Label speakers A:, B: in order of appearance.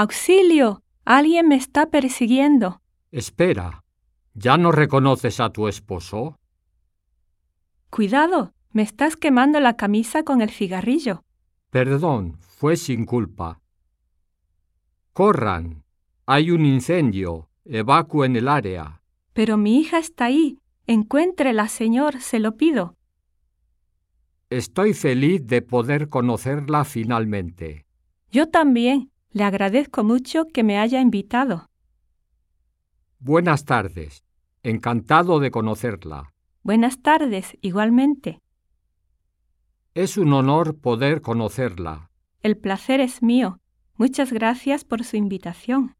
A: Auxilio. Alguien me está persiguiendo.
B: Espera, ¿ya no reconoces a tu esposo?
A: Cuidado. Me estás quemando la camisa con el cigarrillo.
B: Perdón, fue sin culpa. Corran. Hay un incendio. Evacúen el área.
A: Pero mi hija está ahí. Encuéntrela, señor, se lo pido.
B: Estoy feliz de poder conocerla finalmente.
A: Yo también. Le agradezco mucho que me haya invitado.
B: Buenas tardes. Encantado de conocerla.
A: Buenas tardes, igualmente.
B: Es un honor poder conocerla.
A: El placer es mío. Muchas gracias por su invitación.